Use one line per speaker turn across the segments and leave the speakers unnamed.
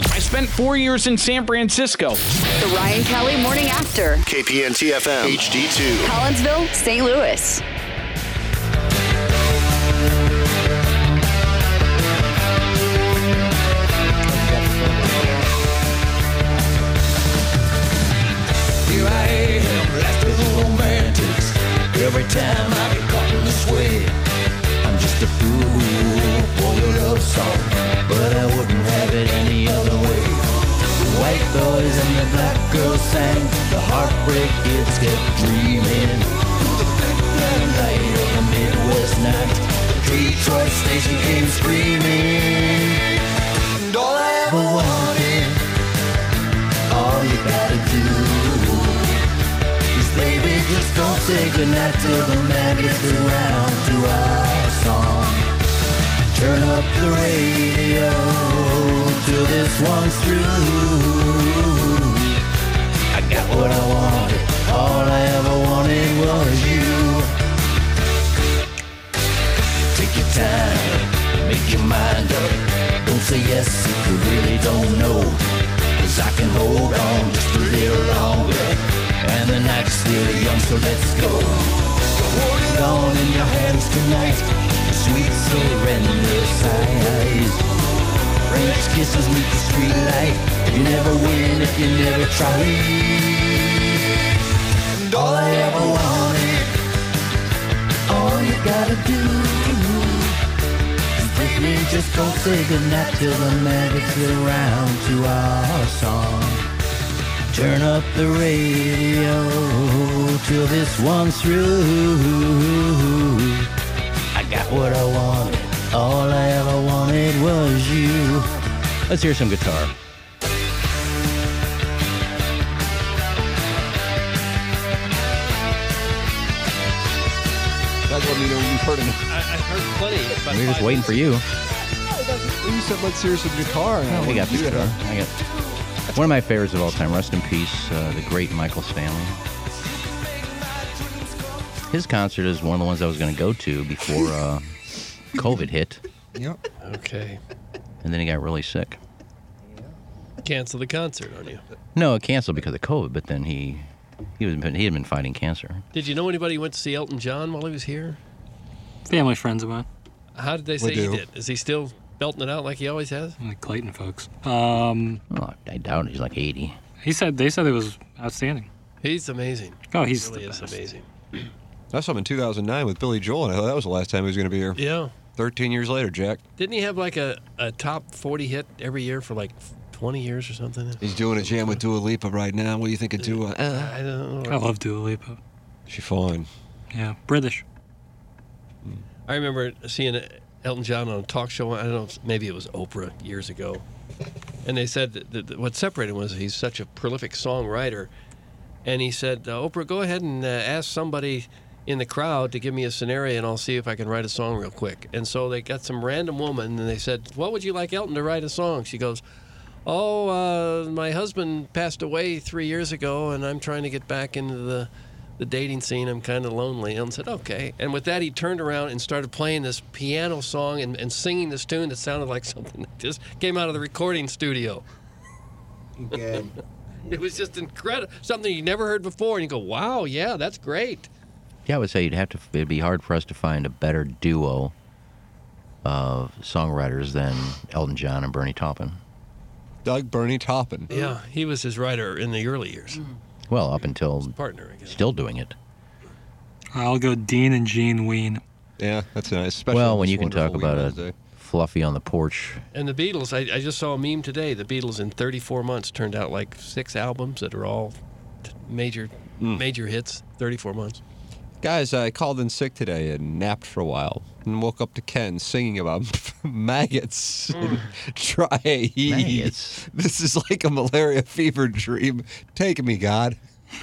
spent four years in San Francisco.
The Ryan Kelly Morning After.
KPN TFM HD2.
Collinsville, St. Louis.
Here I am, last of the romantics. Every time I get caught in the sway, I'm just a fool for your love song, but I wouldn't have it any other way. The white boys and the black girls sang, the heartbreak kids kept dreaming. Through the background light of a Midwest night, the Detroit station came screaming. And all I ever wanted, all you gotta do is baby just don't say goodnight till the man gets around to our song. Turn up the radio till this one's through. I got what I wanted, all I ever wanted was you. Take your time, make your mind up. Don't say yes if you really don't know. Cause I can hold on just a little longer. And the night's still young, so let's go. So hold it on in your hands tonight. Sweet surrender sighs. French kisses meet the street light. You never win if you never try. And all I ever wanted, all you gotta do Baby, just don't say goodnight till the magic's around to our song. Turn up the radio till this one's through. I got what I wanted, all I ever wanted was you.
Let's hear some guitar.
That's what I mean. You've heard enough.
I, I've heard plenty. about
We're just
five
waiting for you. Oh,
You said let's hear some guitar. and I
We
wanted
got
to
the
do
guitar.
that.
I got one of my favorites of all time. Rest in peace, uh, the great Michael Stanley. His concert is one of the ones I was going to go to before uh, COVID hit,
Yep.
minutes. Okay.
and then he got really sick.
Cancel the concert on you.
No, it canceled because of COVID, but then he he was he had been fighting cancer.
Did you know anybody who went to see Elton John while he was here?
Family friends of mine,
How did they say he
do.
did? Is he still belting it out like he always has?
like Clayton folks. Um,
Well, I doubt he's like 80.
he said they said it was outstanding.
He's amazing.
Oh, he's
really
the
is
best.
amazing.
I saw him in 2009 with Billy Joel, and I thought that was the last time he was going to be here.
Yeah.
13 years later, Jack.
Didn't he have like a, a top 40 hit every year for like 20 years or something?
He's doing a jam with Dua Lipa right now. What do you think of Dua? Uh,
I don't
I
know.
love Dua Lipa.
she fine.
Yeah, British.
I remember seeing Elton John on a talk show. I don't know, maybe it was Oprah years ago. And they said that, that, that what separated him was he's such a prolific songwriter. And he said, uh, Oprah, go ahead and uh, ask somebody in the crowd to give me a scenario and I'll see if I can write a song real quick. And so they got some random woman and they said, What would you like Elton to write a song? She goes, Oh, uh, my husband passed away three years ago, and I'm trying to get back into the, the dating scene. I'm kind of lonely. Elton said, okay. And with that, he turned around and started playing this piano song and, and singing this tune that sounded like something that just came out of the recording studio. It was just incredible. Something you never heard before. And you go, wow, yeah, that's great.
Yeah, I would say you'd have to. It'd be hard for us to find a better duo of songwriters than Elton John and Bernie Taupin.
Doug Bernie Toppin.
Yeah, he was his writer in the early years.
Well, up until
Partner, I guess.
still doing it.
I'll go Dean and Gene Ween.
Yeah, that's nice. Especially
well,
on
when
this
you can talk
wonderful
about
Wednesday.
a fluffy on the porch.
And the Beatles, I, I just saw a meme today. The Beatles in 34 months turned out like six albums that are all t- major,
Hmm.
major hits. 34 months.
Guys, I called in sick today and napped for a while and woke up to Ken singing about maggots and triae.
Maggots.
This is like a malaria fever dream. Take me, God.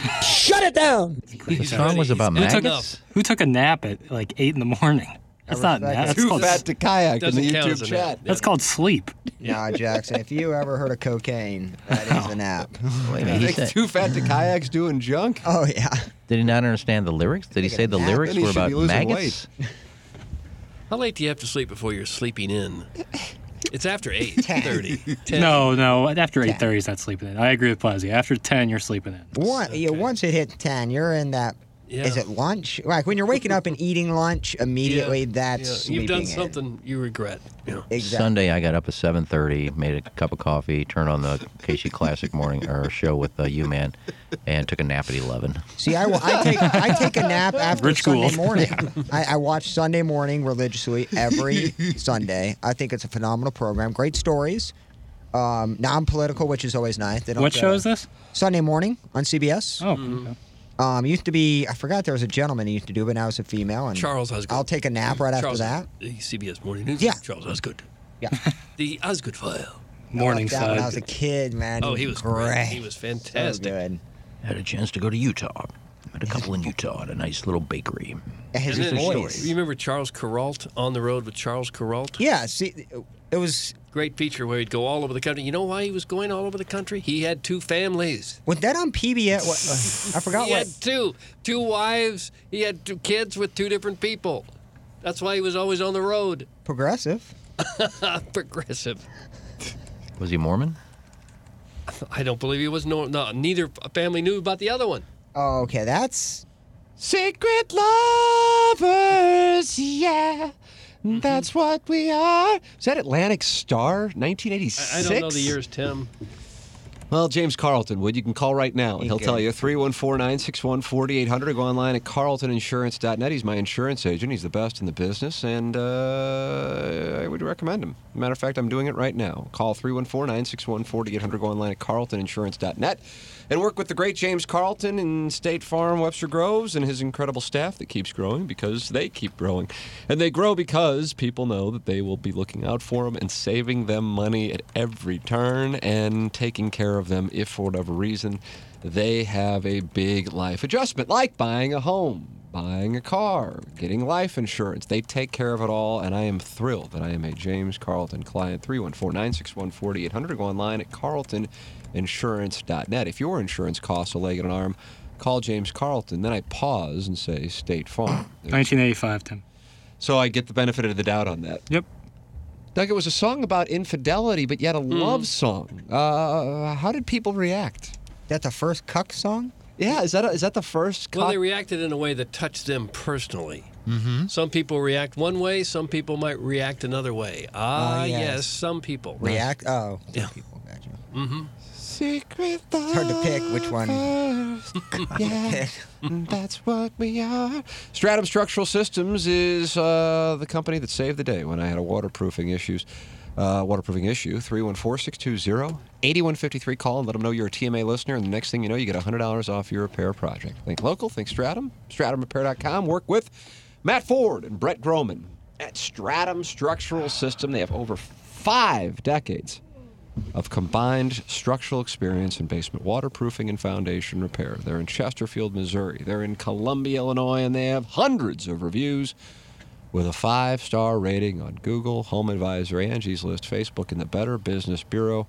The song was about
Who took,
maggots.
who took a nap at like eight in the morning? That's not nap. That's
Too
called,
fat to kayak in
Doesn't
the
count as
YouTube
a nap.
chat.
that's called sleep.
Nah, Jackson, if you ever heard of cocaine, that is an app.
Wait a minute,
I
he
think
said-
too fat to kayaks doing junk.
Oh, yeah.
did he not understand the lyrics? Did he say the
nap,
lyrics
then he
were
should
about
be losing
maggots?
How late do you have to sleep before you're sleeping in? It's after 8, 30. 10.
No, no. After eight thirty, is not sleeping in. I agree with Plazzi. After ten, you're sleeping in.
One, yeah,
Okay.
once it hits 10, you're in that. Is
Yeah.
it lunch? Like when you're waking up and eating lunch, immediately
Yeah,
that's.
yeah. You've done
sleeping in.
something you regret. Yeah.
Exactly.
Sunday, I got up at 7:30, made a cup of coffee, turned on the Casey Classic morning or show with uh, you, man, and took a nap at 11.
See, I, will- I take I take a nap after
Rich
Sunday
Gould.
morning. I, I watch Sunday morning religiously every Sunday. I think it's a phenomenal program. Great stories, um, non-political, which is always nice. They don't
What
go-
show is this?
Sunday morning on CBS.
Oh, okay.
Um, used to be I forgot there was a gentleman who used to do, it, but now it's a female. And
Charles Osgood.
I'll take a nap right
Charles,
after that.
The CBS Morning News.
Yeah.
Charles Osgood.
Yeah,
The Osgood file.
morning
I liked that when I was a
side.
kid, man.
Oh, he was great. He was fantastic.
So good.
Had a chance to go to Utah. Met a couple in Utah at a nice little bakery.
His
And then-
voice.
You remember Charles Carrault on the road with Charles Carrault?
Yeah, see, it was
Great feature where he'd go all over the country. You know why he was going all over the country? He had two families.
was that on PBS? What, I forgot
He
what.
had two, two wives. He had two kids with two different people. That's why he was always on the road.
Progressive.
Progressive.
Was he Mormon?
I don't believe he was. No, no, neither family knew about the other one.
Oh, okay, that's
Secret lovers, yeah. That's what we are. Is that Atlantic Star, 1986?
I, I don't know the years, Tim.
Well, James Carlton would. You can call right now. and He'll tell you 314 961 4800 or go online at carltoninsurance.net. He's my insurance agent. He's the best in the business, and uh, I would recommend him. Matter of fact, I'm doing it right now. Call 314 961 4800. Go online at carltoninsurance.net and work with the great James Carlton in State Farm, Webster Groves, and his incredible staff that keeps growing because they keep growing. And they grow because people know that they will be looking out for them and saving them money at every turn and taking care of them if, for whatever reason, they have a big life adjustment, like buying a home, buying a car, getting life insurance. They take care of it all, and I am thrilled that I am a James Carlton client. 314 961 4800. Go online at carltoninsurance.net. If your insurance costs a leg and an arm, call James Carlton. Then I pause and say State Farm.
1985, Tim.
So I get the benefit of the doubt on that.
Yep.
Doug, it was a song about infidelity, but yet a
Hmm.
love song. Uh, how did people react?
that the first cuck song.
Yeah, is that is that the first?
Well,
cock-
they reacted in a way that touched them personally. Some people react one way, some people might react another way. Ah,
Ah,
yes.
yes.
some people.
React. Oh,
Yeah.
people, gotcha.
Secret
It's hard to pick which one.
yeah, that's what we are. Stratum Structural Systems is uh, the company that saved the day when I had a waterproofing issues. Uh, waterproofing issue 314-620-8153 call and let them know you're a TMA listener and the next thing you know you get $100 off your repair project think local think stratum stratumrepair.com work with Matt Ford and Brett Groman at Stratum Structural System they have over 5 decades of combined structural experience in basement waterproofing and foundation repair. They're in Chesterfield, Missouri. They're in Columbia, Illinois, and they have hundreds of reviews with a five star rating on Google, Home Advisor, Angie's List, Facebook, and the Better Business Bureau.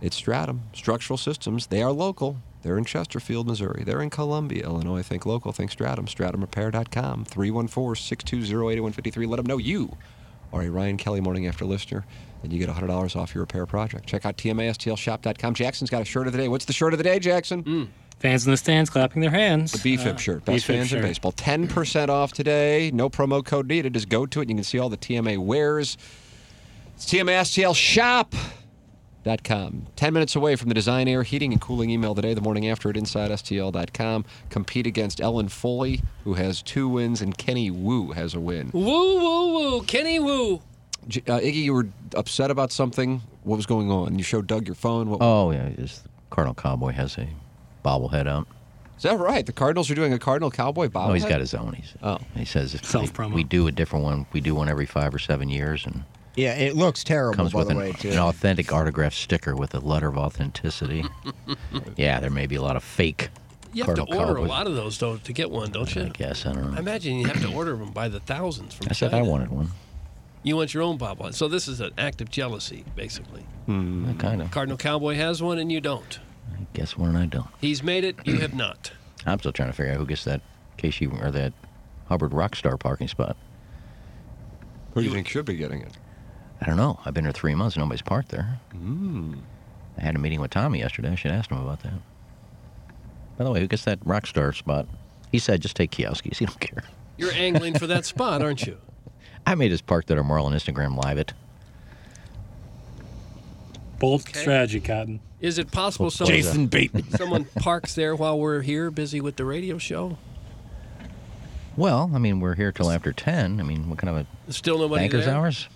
It's Stratum Structural Systems. They are local. They're in Chesterfield, Missouri. They're in Columbia, Illinois. Think local. Think Stratum. StratumRepair.com. 314 620 8153. Let them know you are a Ryan Kelly Morning After listener, and you get $100 off your repair project. Check out TMASTLShop.com. Jackson's got a shirt of the day. What's the shirt of the day, Jackson?
Mm. Fans in the stands clapping their hands.
The BFIP
Uh,
shirt, best
BFIP
fans in
shirt.
baseball. Ten percent off today. No promo code needed. Just go to it. and You can see all the TMA wares. It's TMASTLShop.com. Ten minutes away from the Design Air Heating and Cooling email today. The morning after at InsideSTL.com. Compete against Ellen Foley, who has two wins, and Kenny Wu has a win.
Woo, woo, woo. Kenny Woo.
J- Uh, Iggy, you were upset about something. What was going on? You showed Doug your phone. What,
Oh yeah, just Cardinal Cowboy has a bobblehead um, out.
Is that right? The Cardinals are doing a Cardinal Cowboy bobblehead.
Oh, he's got his own. He's,
Oh.
he says if
Self
we-
promo.
we do a different one. We do one every five or seven years, and
Yeah, it looks terrible.
comes
Oh, by
with
the
an,
way, too.
an authentic autograph sticker with a letter of authenticity. yeah, there may be a lot of fake.
You have
Cardinal
to order
Cowboys,
a lot of those, though, to get one, don't you?
I guess I don't
I
know.
imagine you have to order them by the thousands from
I said I
China.
wanted one.
You want your own bobblehead. So this is an act of jealousy, basically.
Kind of.
Cardinal Cowboy has one and you don't.
I guess one and I don't.
He's made it, you have not.
I'm still trying to figure out who gets that Casey or that Hubbard Rockstar parking spot.
Who do you think should be getting it?
I don't know. I've been here three months. Nobody's parked there. I had a meeting with Tommy yesterday. I should ask him about that. By the way, who gets that rock star spot? He said, just take Kioskis. He don't care.
You're angling for that spot, aren't you?
I made his park that are more on Instagram live it.
Bold strategy, Cotton.
Is it possible someone,
Jason
Bateman.
someone parks there while we're here, busy with the radio show?
Well, I mean, we're here till after 10. I mean, what kind of a
Still nobody
banker's
there?
hours?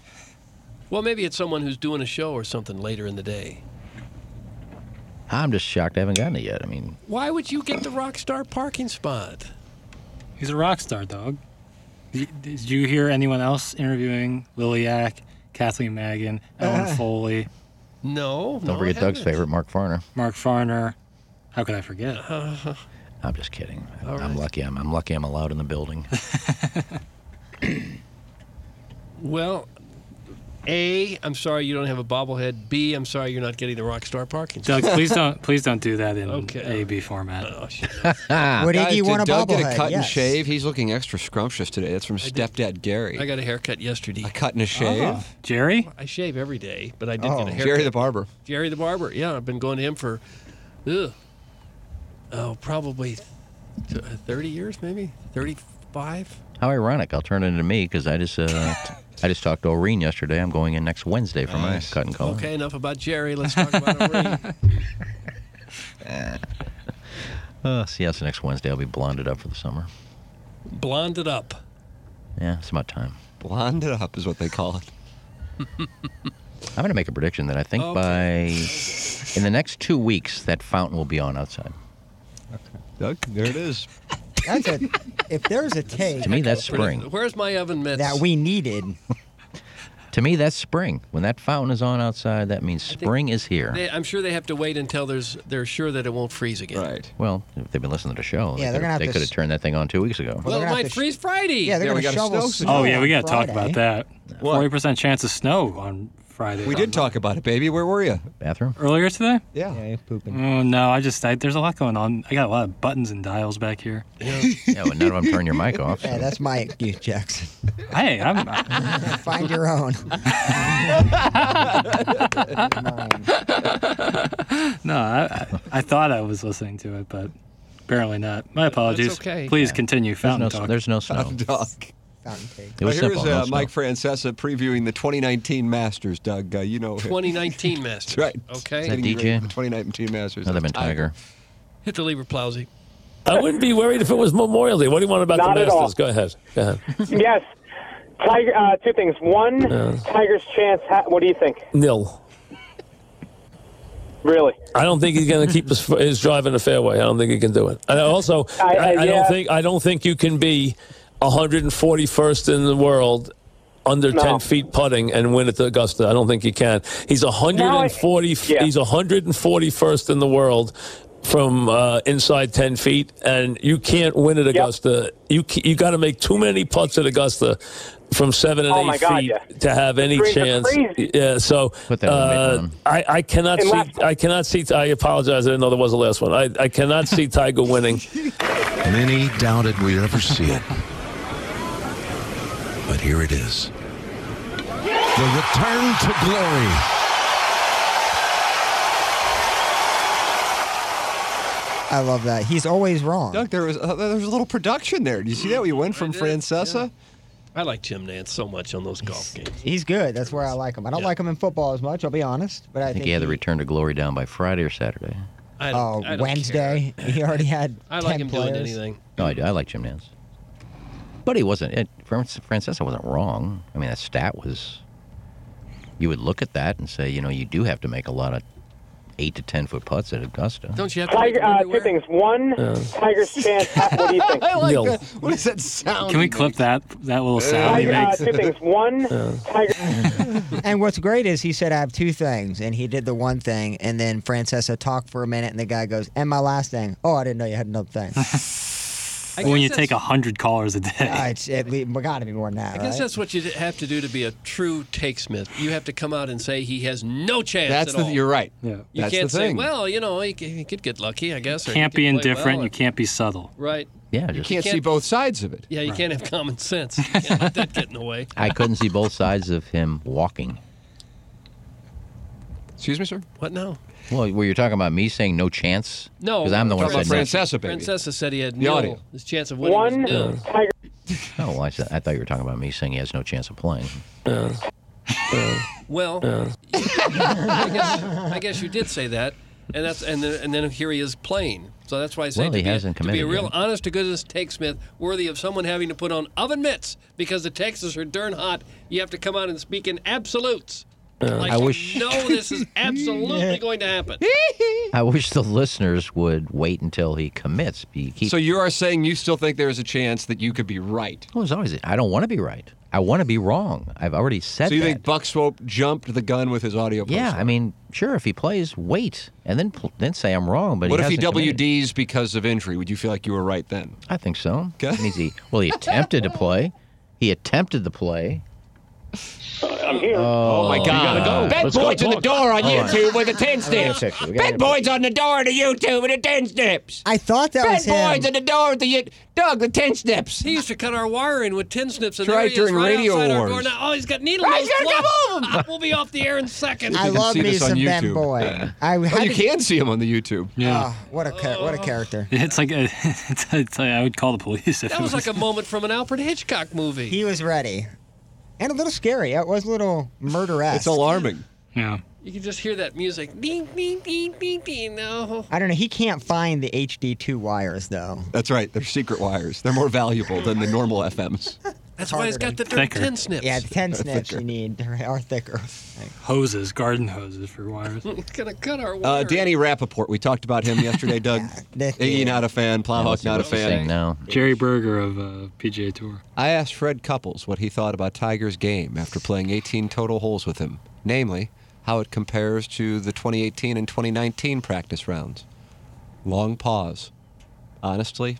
Well, maybe it's someone who's doing a show or something later in the day.
I'm just shocked I haven't gotten it yet. I mean,
Why would you get the Rockstar parking spot?
He's a rock star, dog. Did did you hear anyone else interviewing Liliac, Kathleen Magan,
Ah,
Ellen Foley,
No.
don't forget Doug's favorite, Mark Farner.
Mark Farner? How could I forget?
I'm just kidding. I'm,
All
I'm
right.
lucky. I'm, I'm lucky I'm allowed in the building.
Well, A, I'm sorry you don't have a bobblehead. B, I'm sorry you're not getting the Rockstar parking spot.
Doug, please don't please don't do that in
Okay.
AB format.
Uh,
Oh, shit.
Woody,
Guys,
do you
did
want a
Doug
bobblehead?
get a cut and
Yes.
shave? He's looking extra scrumptious today. That's from Stepdad Gary.
I got a haircut yesterday.
a cut and a shave.
Oh, Jerry?
I shave every day, but I did
Oh.
get a haircut.
Jerry the barber.
Jerry the barber. Yeah, I've been going to him for, ugh, oh, probably th- 30 years, maybe 35.
How ironic! I'll turn it into me because I just uh, I just talked to Oreen yesterday. I'm going in next Wednesday for my cut and color.
Okay, enough about Jerry. Let's talk about Ori.
Uh, see, that's next Wednesday. I'll be blonded up for the summer.
Blonde it up.
Yeah, it's about time.
Blonde it up is what they call it.
I'm gonna make a prediction that I think by in the next two weeks that fountain will be on outside.
Doug, there it is.
That's a, if there's a tape
To me, that's spring.
Where's my oven mitts?
that we needed,
To me, that's spring. When that fountain is on outside, that means spring is here.
They, I'm sure they have to wait until there's they're sure that it won't freeze again.
Right.
well, if they've been listening to the show,
Yeah,
they
they're
could
gonna
have,
have
they
to
could have
s-
turned that thing on two weeks ago.
Well,
They're
it
gonna have
might
to sh-
freeze Friday.
yeah, they're
Yeah, we
going to
got a
shovel
snow
snow
Oh,
Oh yeah,
on
we got to talk
Friday.
about that.
What?
Forty percent chance of snow on Friday.
We did talk about it, baby. Where were you?
Bathroom?
earlier today.
Yeah.
Yeah, you're pooping.
Oh no, I just I, there's a lot going on. I got a lot of buttons and dials back here.
Yeah, well, none of them turn your mic off.
Yeah,
so-
that's my excuse, Jackson.
Hey, I'm I,
Find your own.
no, I, I, I thought I was listening to it, but apparently not. My apologies.
okay.
Please continue
There's
fountain
no,
talk.
there's no snow.
Doug.
Fountain cake.
It was
Here's
simple.
uh,
no snow.
Mike Francesa previewing the 2019 Masters, Doug. Uh, you know him.
2019 Masters.
Right.
that
Okay.
deep?
Getting ready
DJ?
for The 2019 Masters.
Another been Tiger.
Hit the lever, Plowsy.
I wouldn't be worried if it was Memorial Day. What do you want about
Not
the
at
Masters?
all.
Go ahead. Go ahead.
Yes. Tiger, uh, two things. One, Tiger's chance. Ha- what do you think?
Nil.
Really?
I don't think he's going to keep his, his drive in the fairway. I don't think he can do it. And also, I,
I- I-
I, don't
yeah.
think I don't think you can be 141st in the world under
No.
10 feet putting and win at the Augusta. I don't think you can. He's 140.
yeah.
He's 141st in the world from uh, inside 10 feet, and you can't win at Augusta. You ca- you got to make too many putts at Augusta. From seven and
Oh, my
eight
God,
feet
yeah.
to have any
Greens are
chance,
crazy.
yeah. So
Put that on the
uh,
background.
I, I cannot
And
see.
last-
I cannot see. I apologize. I didn't know there was a last one. I, I cannot see Tiger winning.
Many doubted we'd ever see it. But here it is. The return to glory.
I love that. He's always wrong.
Doug, there was, uh, there was a little production there. Do you see that? We went from
I did,
Francesa.
I like Jim Nance so much on those golf games.
He's good. That's where I like him. I don't
Yeah.
like him in football as much. I'll be honest, but I,
I think he had the return to glory down by Friday or Saturday.
I don't,
Oh,
I don't care.
Wednesday. He already had.
I like
10
him
players.
doing anything.
No, I do. I like Jim Nance. But he wasn't. It, Fran- Francesa wasn't wrong. I mean, that stat was. You would look at that and say, you know, you do have to make a lot of eight to ten foot putts at Augusta.
Don't you have to make
Tiger,
them
uh, two
everywhere?
things. One, Tiger's chance. Ha- what do you think?
I like
Nil.
that. What is that sound?
Can we
he
clip that that little sound he
Tiger, uh,
makes?
two things. One, Tiger.
And what's great is he said I have two things, and he did the one thing, and then Francesa talked for a minute, and the guy goes, "And my last thing." Oh, I didn't know you had another thing.
I
When
guess
you take
that's-
a hundred callers a day.
uh, it's at least we got to be more than that,
I guess
right?
that's what you have to do to be a true takesmith. You have to come out and say he has no chance
That's
at
the,
all.
you're right.
Yeah.
You
That's
can't
the
say,
thing.
well, you know, he, c- he could get lucky, I guess. or he
can't
could
be
play
indifferent.
well,
you can't be subtle.
Right.
yeah, just
can't, see
can't-
both sides of it.
Yeah, you can't have common sense. You can't let that get in the way.
I couldn't see both sides of him walking.
Excuse me, sir. What now?
Well, were you talking about me saying no chance?
No,
because I'm the one who
Fran-
said no.
Francesa said he had
The
nil.
audio.
His chance of winning was
One
nil.
Tiger.
Oh, well, I, said, I thought you were talking about me saying he has no chance of playing.
Well, I, guess, I guess you did say that, and that's and then, and then here he is playing. So that's why I say
Well,
to,
he
be,
hasn't
to be a
committed
real
yet.
honest to goodness take Smith worthy of someone having to put on oven mitts because the Texans are darn hot. You have to come out and speak in absolutes.
Uh,
like
I
you
wish-
know this is absolutely going to happen.
I wish the listeners would wait until he commits. Be- keep-
So you are saying you still think there is a chance that you could be right?
Well, it's always I don't want to be right. I want to be wrong. I've already said
so you
that.
think Buck Swope jumped the gun with his audio?
yeah, I mean, sure, if he plays, wait, and then pl- then say I'm wrong. But
what if he
hasn't committed.
WDs because of injury? Would you feel like you were right then?
I think so. Okay. Easy. Well, he attempted to play. He attempted to play.
I'm here.
Oh,
my God. Bet
Let's
boys
go,
in the
Buck.
door on
Hold on.
YouTube with the 10
Hang on a
steps.
second. We gotta
Bet
get-
boys on the door to YouTube with the 10 steps.
I thought that
Bet
was him.
boys on the door to you. Doug, the 10 steps.
He used to cut our wire in with tin snips, and
That's
there
right,
he
during
is, right
radio
outside our
wars.
door now. Oh, he's got needle
Right,
nose
you're gonna
gloves.
move him.
We'll be off the air in seconds.
I love me some Ben
YouTube.
Boy. I
Oh,
had
you Oh.
to-
can see him on the YouTube.
Ah, what a cha- what a character.
It's like a, it's, it's like I would call the police. If it
That was like a moment from an Alfred Hitchcock movie.
He was ready, and a little scary. It was a little murder
It's alarming.
Yeah.
You can just hear that music. Ding, ding, ding, ding, ding. No.
I don't know. He can't find the HD2 wires though.
That's right. They're secret wires. They're more valuable than the normal Uh, FMs.
That's why he's got the dirt
Thicker.
tin snips.
Yeah, the ten
They're
snips you
thicker.
need They are thicker.
hoses, garden hoses for wires.
It's gonna cut our
Uh,
wire.
Danny Rappaport. We talked about him yesterday, Doug.
Nick,
Iggy, not a fan. Plowhawk, not a fan.
No.
Jerry Berger of uh, PGA Tour.
I asked Fred Couples what he thought about Tiger's game after playing 18 total holes with him, namely, how it compares to the 2018 and 2019 practice rounds. Long pause. Honestly,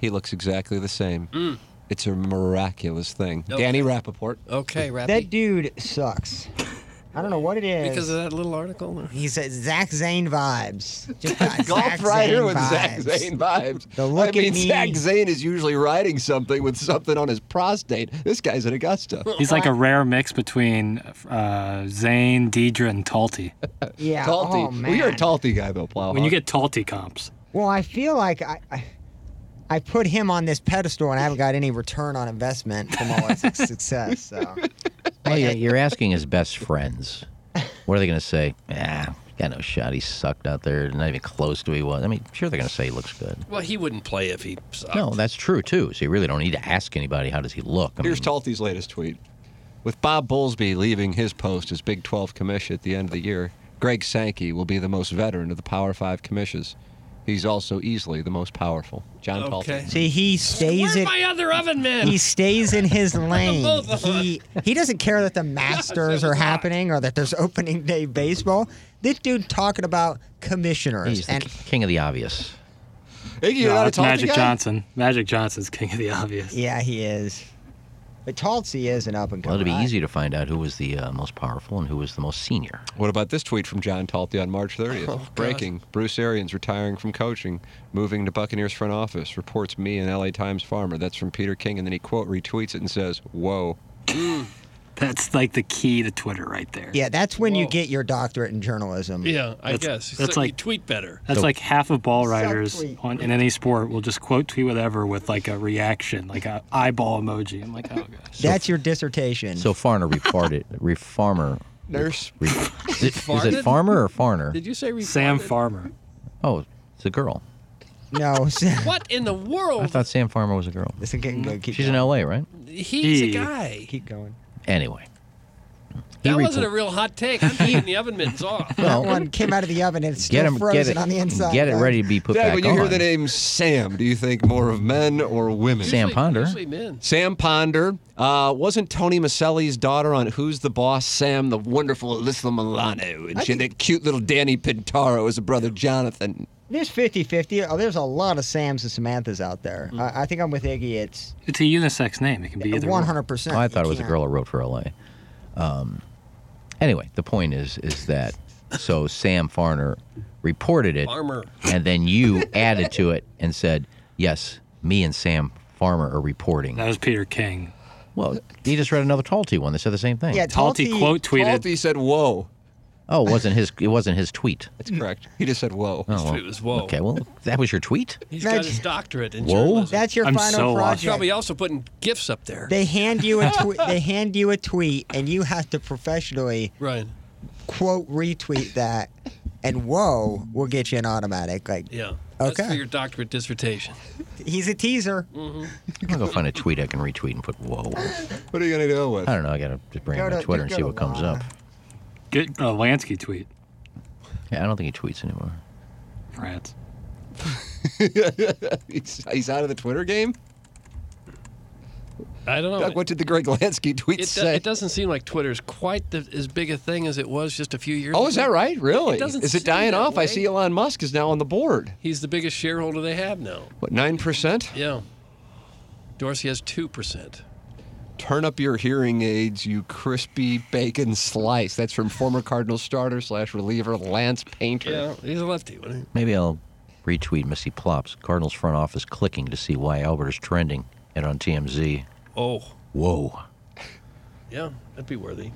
he looks exactly the same. It's a miraculous thing.
Nope.
Danny Rappaport.
Okay, Rappy.
that dude sucks. I don't know what it is.
because of that little article.
He's a Zach Zane vibes. Just got Zach
Golf rider
Zane
with Zach
vibes.
Zane vibes.
The look
I
at
mean,
me.
Zach Zane is usually riding something with something on his prostate. This guy's in Augusta.
He's like a rare mix between uh, Zane, Deidre, and Talty.
Yeah.
Talty.
Oh,
Well, you're a
man.
Talty guy, though, Plow.
When you get Talty comps,
Well, I feel like I, I, I put him on this pedestal and I haven't got any return on investment from all his success. So Oh,
Well, you're, you're asking his best friends. What are they going to say? Ah, got no shot. He sucked out there. Not even close to who he was. I mean, sure they're going to say he looks good.
Well, he wouldn't play if he sucked.
No, that's true too. So you really don't need to ask anybody how does he look. I
Here's
mean,
Talty's latest tweet. With Bob Bowlesby leaving his post as Big 12 commish at the end of the year, Greg Sankey will be the most veteran of the Power 5 commishes. He's also easily the most powerful. John
Okay.
Talty.
see, he stays
Where's
in
my other oven man?
he stays in his lane.
Both of us.
He he doesn't care that the Masters are happening or that there's opening day baseball. This dude talking about commissioners
he's the
and
king of the obvious.
Iggy, you're
No,
not
that's
a Talty
Uh, Magic
guy?
Johnson. Magic Johnson's king of the obvious.
yeah, he is. But Taltzy is an up and
Well,
coming.
it'd be easy to find out who was the uh, most powerful and who was the most senior.
What about this tweet from John Talty on March 30th? Breaking. Bruce Arians retiring from coaching, moving to Buccaneers front office, reports me and LA Times Farmer. That's from Peter King, and then he quote retweets it and says, Whoa.
That's like the key to Twitter right there.
Yeah, that's when you get your doctorate in journalism.
yeah, I
That's-
guess.
that's
so you
like-
tweet better.
That's like half of ball riders
tweet.
on, in any sport will just quote tweet whatever with like a reaction, like a eyeball emoji. I'm like, oh gosh.
That's your dissertation.
So Farner refarted. Refarmer.
Nurse.
Re, is, it, is
Farted?
it Farmer or Farner?
Did you say refarted?
Sam Farmer.
Oh, it's a girl.
no,
What in the world?
I thought Sam Farmer was a girl.
this is getting good. Keep
She's in
going.
L.A., right?
He's a
He-
guy.
Keep going.
Anyway.
That
repl-
wasn't a real hot take. I'm taking the oven mitts off.
That one came out of the oven and it's still
get him,
frozen
get it,
on the inside.
Get it
right?
ready to be put
Dad,
back
when you
on.
hear the name Sam, do you think more of men or women?
Sam
Usually-
Ponder.
usually men.
Sam Ponder. Uh, wasn't Tony Maselli's daughter on Who's the Boss? Sam, the wonderful Alyssa Milano. And she had that cute little Danny Pintaro as a brother, Jonathan.
There's 50 50. Oh, there's a lot of Sams and Samanthas out there.
Mm.
I, I think I'm with Iggy. It's
It's a unisex name. It can be either. one.
100%.
Oh, I thought
You
it was a
can't.
girl who wrote for LA. Um, anyway, the point is is that so Sam Farner reported it,
Farmer.
and then you added to it and said, "Yes, me and Sam Farmer are reporting."
That was Peter King.
Well, you just read another Talty one that said the same thing.
Yeah,
Talty
Talty
quote tweeted.
Talty said, Whoa.
Oh, it wasn't his. It wasn't his tweet. That's
correct. He just said whoa.
Oh, well.
tweet was whoa.
Okay, well, that was your tweet.
He's got
That's-
his doctorate in
Whoa.
journalism.
That's your I'm final so off. project.
He's probably also putting gifts up there.
They hand you a tw- they hand you a tweet, and you have to professionally
right.
quote retweet that, and whoa, we'll get you an automatic. Like,
Yeah. That's
okay,
for your doctorate dissertation.
he's a teaser.
I'm gonna go find a tweet I can retweet and put whoa.
What are you gonna do with?
I don't know. I gotta just bring
Go
him to
to-
Twitter and
go
see
to
what comes
Lana.
up.
Get a Lansky tweet.
Yeah, I don't think he tweets anymore.
Rats.
he's, he's out of the Twitter game.
I don't know.
Doug, what did the Greg Lansky tweet
it, do-
say?
it doesn't seem like Twitter's quite the, as big a thing as it was just a few years ago.
Oh, is that right? Really?
It doesn't
is it
seem
dying
that
off? I
way.
see Elon Musk is now on the board.
He's the biggest shareholder they have now.
What nine percent?
Yeah. Dorsey has 2%.
Turn up your hearing aids, you crispy bacon slice. That's from former Cardinal starter slash reliever Lance Painter.
Yeah, he's a lefty. wasn't
Maybe I'll retweet Missy Plops. Cardinals front office clicking to see why Albert is trending and on TMZ.
he? Oh,
Whoa.
yeah, that'd be worthy.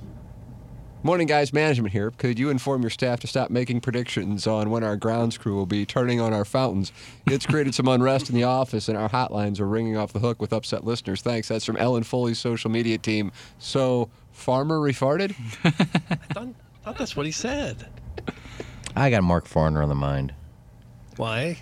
Morning, guys. Management here. Could you inform your staff to stop making predictions on when our grounds crew will be turning on our fountains? It's created some unrest in the office, and our hotlines are ringing off the hook with upset listeners. Thanks. That's from Ellen Foley's social media team. So, Farmer refarted?
I thought, thought that's what he said.
I got Mark Farner on the mind.
Why?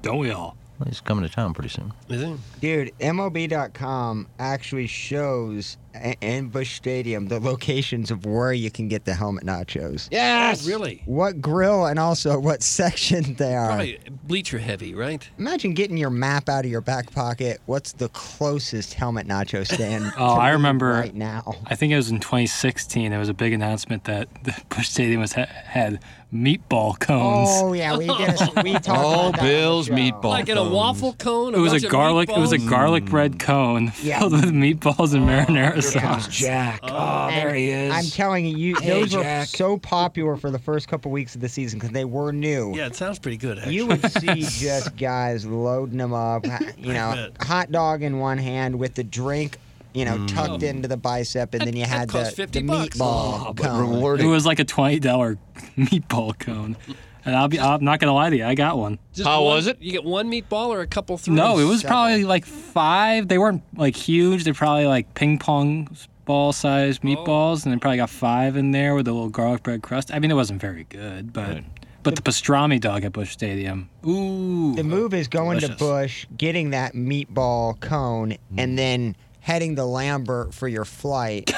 Don't we all?
Well, he's coming to town pretty soon.
Is he?
Dude, MLB.com actually shows a- in Bush Stadium the locations of where you can get the helmet nachos.
Yes!
Oh, Really?
What grill and also what section they are.
Probably bleacher heavy, right?
Imagine getting your map out of your back pocket. What's the closest helmet nacho stand?
Oh,
to
I
me
remember.
Right now.
I think it was in 2016. There was a big announcement that the Bush Stadium was ha- had meatball cones.
Oh yeah, we did. A, we talked about that.
Like in a waffle cone?
It was
bunch
a
of
garlic. It was a
meatballs?
garlic bread cone filled with meatballs and marinara sauce.
Jack. Oh, there he is.
I'm telling you, you
Hey,
those
Jack.
were so popular for the first couple weeks of the season because they were new.
Yeah, it sounds pretty good, actually.
You would see just guys loading them up, you know,
bet.
hot dog in one hand with the drink, you know, tucked into the bicep, and then you
that
had
costs
the,
50
the
bucks.
meatball
Oh, but
cone.
It
rewarding.
was like a twenty dollar meatball cone, and I'll be. I'm not gonna lie to you. I got one.
Just
How
one-
was it?
You get one meatball or a couple threes?
No, it was probably like five. They weren't like huge. They're probably like ping pong ball sized meatballs, and they probably got five in there with a little garlic bread crust. I mean, it wasn't very good, but but the pastrami dog at Bush Stadium. Ooh,
The move is going
Delicious. Mm.
to Bush, getting that meatball cone, and then heading to Lambert for your flight,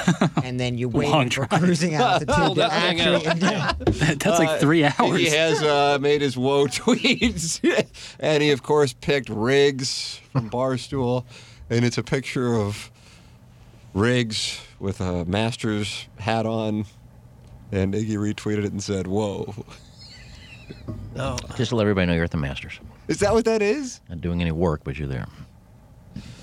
and then you
Long
wait for
drive.
cruising altitude
Hold
to
that thing
actually.
out.
that, that's like three hours.
He has uh, made his woe tweets, and he of course picked Riggs from Barstool, and it's a picture of Riggs with a Masters hat on, and Iggy retweeted it and said, "Whoa,
No.
Just to let everybody know you're at the Masters.
is that what that is?
Not doing any work, but you're there.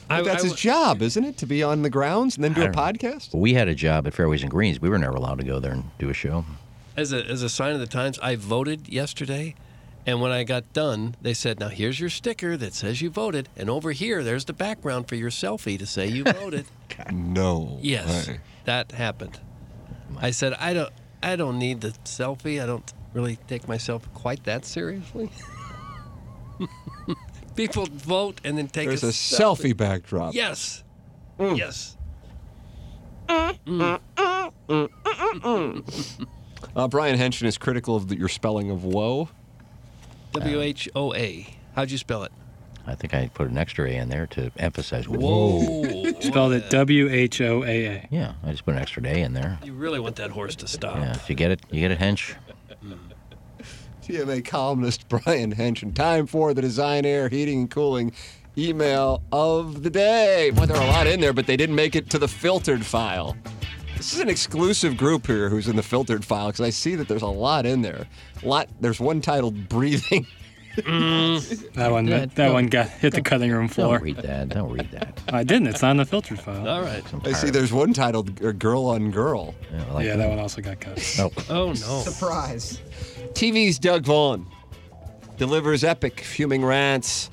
I,
That's
I-
his job, isn't it? To be on the grounds and then do
I
a
don't know.
podcast."
We had a job at Fairways and Greens. We were never allowed to go there and do a show.
As a, as a sign of the times, I voted yesterday, and when I got done, they said, "Now here's your sticker that says you voted, and over here there's the background for your selfie to say you voted."
No.
yes,
way.
that happened. I said, "I don't, I don't need the selfie. I don't really take myself quite that seriously." People vote and then take
There's
a,
a Mm. selfie backdrop.
Yes, yes.
Uh, Brian Henson is critical of the, your spelling of "woe."
W H O A. How'd you spell it?
I think I put an extra A in there to emphasize.
Whoa.
Spelled it W H O A A.
Yeah, I just put an extra A in there.
You really want that horse to stop.
Yeah, if you get it, you get it, hench.
TMA columnist Brian Henson. Time for the Design Air Heating and Cooling email of the day. Boy, there are a lot in there, but they didn't make it to the filtered file. This is an exclusive group here who's in the filtered file because I see that there's a lot in there. lot. There's one titled "Breathing."
That one. That, that one got hit the cutting room
Don't
floor.
read that. Don't read that.
I didn't. It's not in the filtered file.
All right.
I'm
I see
tired.
there's one titled uh, "Girl on Girl."
Yeah, I like
Yeah, that one also got cut.
Oh,
Oh no.
Surprise.
TV's Doug Vaughn delivers epic fuming rants.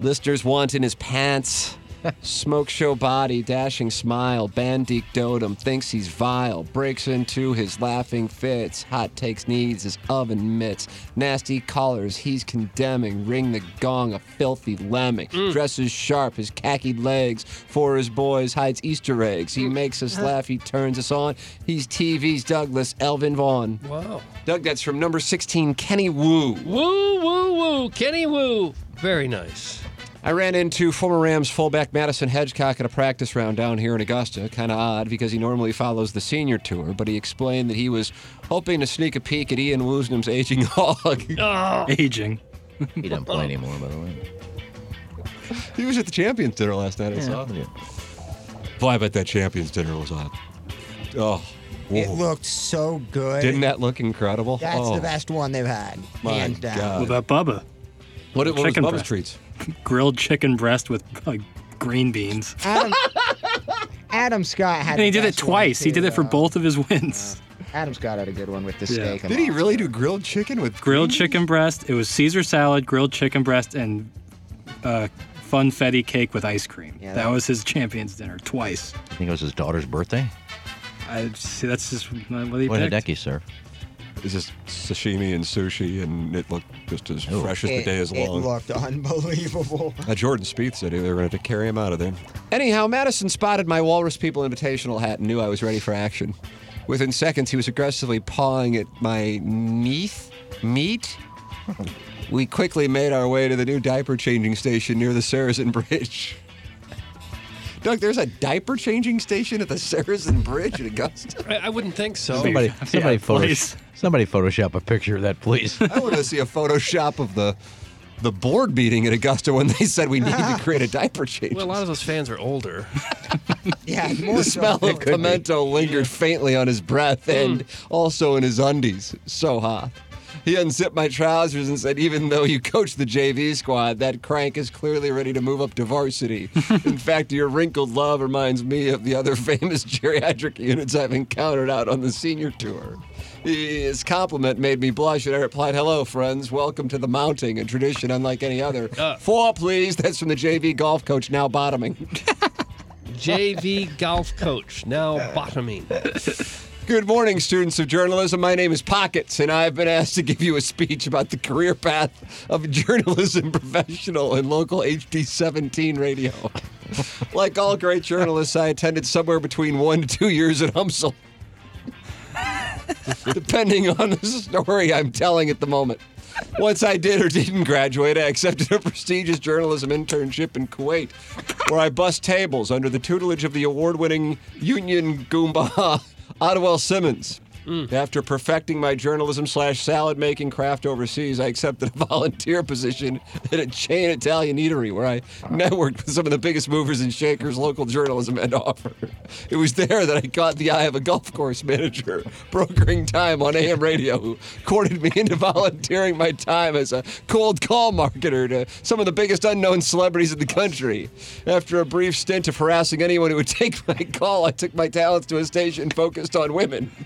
Listeners want in his pants. Smoke show body, dashing smile, bandique dotem, thinks he's vile, breaks into his laughing fits, hot takes needs his oven mitts, nasty collars he's condemning, ring the gong a filthy lemming, dresses sharp his khaki legs, for his boys hides Easter eggs, he makes us laugh, he turns us on, he's TV's Douglas Elvin Vaughn.
Wow.
Doug, that's from number 16, Kenny Wu.
Woo, woo, woo. Kenny Woo. Very nice.
I ran into former Rams fullback Madison Hedgecock at a practice round down here in Augusta. Kind of odd because he normally follows the senior tour, but he explained that he was hoping to sneak a peek at Ian Woosnam's aging hog.
Aging.
He doesn't play anymore, by the way.
He was at the Champions Dinner last night. I
Yeah.
saw him. Boy, I bet that Champions Dinner was on. Oh,
It looked so good.
didn't that look incredible?
That's
oh,
the best one they've had,
My
hands down.
God.
What about Bubba?
What, what was
Chicken
Bubba's
breast.
treats?
Grilled chicken breast with like green beans.
Adam, Adam Scott had.
And he
the
did it
best one,
twice. He
too,
did it for
though.
both of his wins.
Adam Scott had a good one with the
Yeah.
steak. and
Did he really do grilled chicken with
Grilled chicken breast. It was Caesar salad, grilled chicken breast, and uh, funfetti cake with ice cream.
Yeah,
that,
that-
was his champions dinner twice.
I think it was his daughter's birthday.
I see. That's just what he
What did
picked.
Hideki serve?
It's just sashimi and sushi, and it looked just as
Ooh.
fresh as the
It-
day is
it
long.
looked unbelievable.
Uh, Jordan Spieth said they were going to have to carry him out of there. Anyhow, Madison spotted my Walrus People Invitational hat and knew I was ready for action. Within seconds, he was aggressively pawing at my meath, meat. We quickly made our way to the new diaper changing station near the Saracen Bridge. Doug, there's a diaper changing station at the Saracen Bridge in Augusta.
I, I wouldn't think
Oh,
so.
Somebody, somebody, photosh- somebody Photoshop a picture of that, please.
I want to see a Photoshop of the the board meeting at Augusta when they said we need to create a diaper change.
Well, a lot of those fans are older.
Yeah, more
The
so.
smell of
It could be.
pimento lingered faintly on his breath and also in his undies. So hot. He unzipped my trousers and said, Even though you coach the JV squad, that crank is clearly ready to move up to varsity. in fact, your wrinkled love reminds me of the other famous geriatric units I've encountered out on the senior tour. His compliment made me blush, and I replied, Hello, friends. Welcome to the mounting, a tradition unlike any other. Four, please. That's from the JV golf coach now bottoming.
JV golf coach, now bottoming.
Good morning, students of journalism. My name is Pockets, and I've been asked to give you a speech about the career path of a journalism professional in local HD 17 radio. like all great journalists, I attended somewhere between one to two years at Humsel, depending on the story I'm telling at the moment. Once I did or didn't graduate, I accepted a prestigious journalism internship in Kuwait, where I bust tables under the tutelage of the award winning Union Goomba Ottawell Simmons. After perfecting my journalism slash salad making craft overseas, I accepted a volunteer position at a chain Italian eatery where I networked with some of the biggest movers and shakers local journalism had to offer. It was there that I caught the eye of a golf course manager brokering time on AM radio who courted me into volunteering my time as a cold call marketer to some of the biggest unknown celebrities in the country. After a brief stint of harassing anyone who would take my call, I took my talents to a station focused on women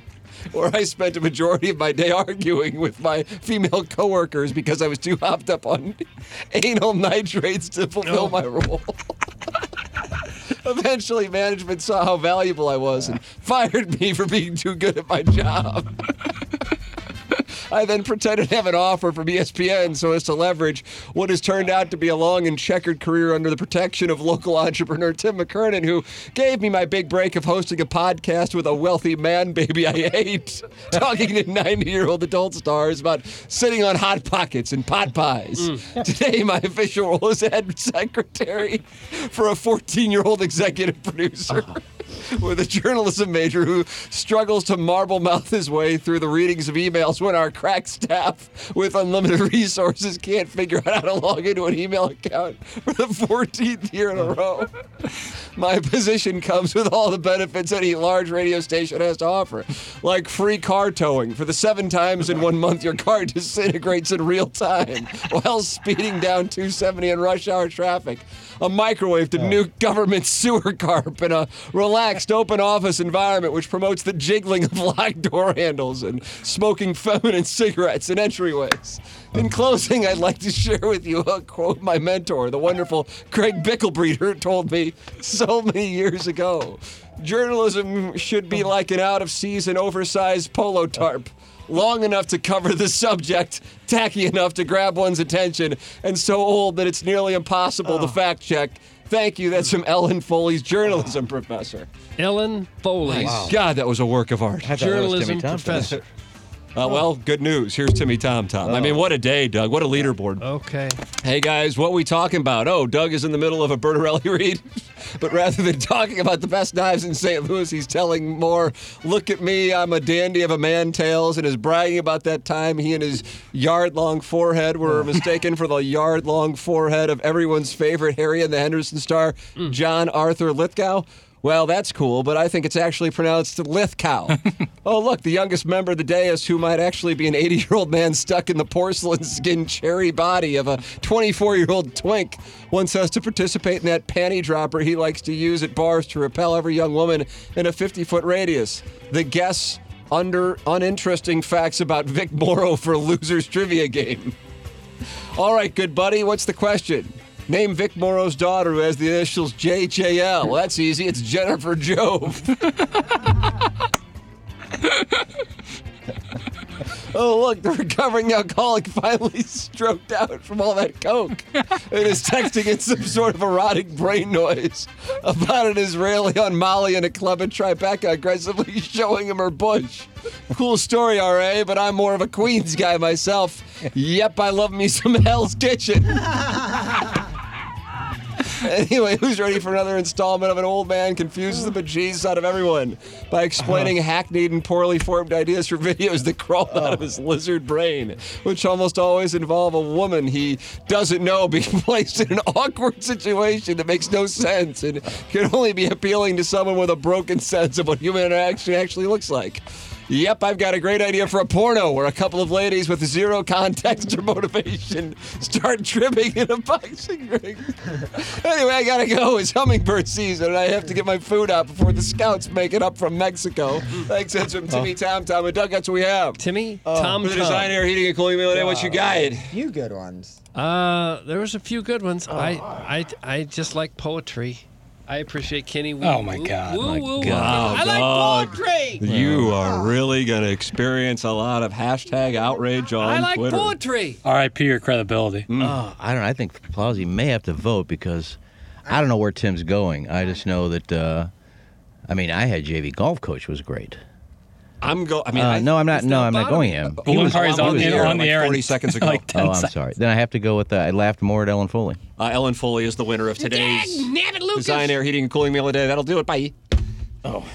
where I spent a majority of my day arguing with my female coworkers because I was too hopped up on anal nitrates to fulfill my role. Eventually, management saw how valuable I was and fired me for being too good at my job. I then pretended to have an offer from E ESPN so as to leverage what has turned out to be a long and checkered career under the protection of local entrepreneur Tim McKernan, who gave me my big break of hosting a podcast with a wealthy man baby I hate, talking to 90 year old adult stars about sitting on Hot Pockets and pot pies. Today, my official role is head secretary for a 14 year old executive producer with a journalism major who struggles to marble mouth his way through the readings of emails when our crack staff with unlimited resources can't figure out how to log into an email account for the 14th year in a row. My position comes with all the benefits any large radio station has to offer, like free car towing for the seven times in one month your car disintegrates in real time while speeding down 270 in rush hour traffic, a microwave to nuke government sewer carp, and a relaxing relaxed open office environment which promotes the jiggling of locked door handles and smoking feminine cigarettes in entryways. In closing, I'd like to share with you a quote my mentor, the wonderful Craig Bicklebreeder, told me so many years ago. Journalism should be like an out of season, oversized polo tarp long enough to cover the subject, tacky enough to grab one's attention, and so old that it's nearly impossible to fact check. Thank you. That's from Ellen Foley's journalism professor.
Ellen Foley.
God, that was a work of art.
I thought that was Journalism Timmy Thompson. professor.
Uh, well, good news. Here's Timmy Tom Tom. I mean, what a day, Doug. What a leaderboard.
Okay.
Hey guys, what we talking about? Oh, Doug is in the middle of a Bertarelli read, but rather than talking about the best knives in St. Louis, he's telling more. Look at me, I'm a dandy of a man tales, and is bragging about that time he and his yard-long forehead were mistaken for the yard-long forehead of everyone's favorite Harry and the Henderson star, John Arthur Lithgow. Well, that's cool, but I think it's actually pronounced Lithgow. oh, look, the youngest member of the dais who might actually be an 80 year old man stuck in the porcelain skinned cherry body of a 24 year old twink once has to participate in that panty dropper he likes to use at bars to repel every young woman in a 50 foot radius. The guess under uninteresting facts about Vic Morrow for Loser's Trivia Game. All right, good buddy, what's the question? Name Vic Morrow's daughter who has the initials JJL. Well, that's easy. It's Jennifer Jove. oh, look, the recovering alcoholic finally stroked out from all that coke and is texting in some sort of erotic brain noise about an Israeli on Molly in a club in Tribeca aggressively showing him her bush. Cool story, RA, but I'm more of a Queens guy myself. Yep, I love me some Hell's Kitchen. Anyway, who's ready for another installment of an old man confuses the bejesus out of everyone by explaining hackneyed and poorly formed ideas for videos that crawl out of his lizard brain, which almost always involve a woman he doesn't know being placed in an awkward situation that makes no sense and can only be appealing to someone with a broken sense of what human interaction actually looks like. Yep, I've got a great idea for a porno where a couple of ladies with zero context or motivation start tripping in a boxing ring. anyway, I gotta go. It's hummingbird season, and I have to get my food out before the scouts make it up from Mexico. Thanks, that's from Timmy Tom Tom. And Doug, that's what we have.
Timmy
Tom
Uh, The
Tom.
design, air, heating, and cooling millionaire. What you got?
You good ones.
Uh, there was a few good ones.
Oh.
I, I I just like poetry. I appreciate Kenny. Woo,
Oh, my
woo,
God,
woo,
my
woo, woo.
God.
I like
Dog.
poetry.
You are really gonna experience a lot of hashtag outrage on
I like
Twitter. Uh,
poetry.
R.I.P. your credibility.
Mm.
Oh, I don't. know. I think Plowsy may have to vote because I don't know where Tim's going. I just know that. Uh, I mean, I had JV golf coach was great.
I'm go. I mean,
Uh,
I,
no, I'm not. No, I'm not going him.
Balloon party's on the- on the air in, like, 10
oh, I'm
seconds.
sorry. Then I have to go with the, I laughed more at Ellen Foley.
Uh, Ellen Foley is the winner of today's Design Air Heating and Cooling Meal of the Day. That'll do it. Bye. Oh.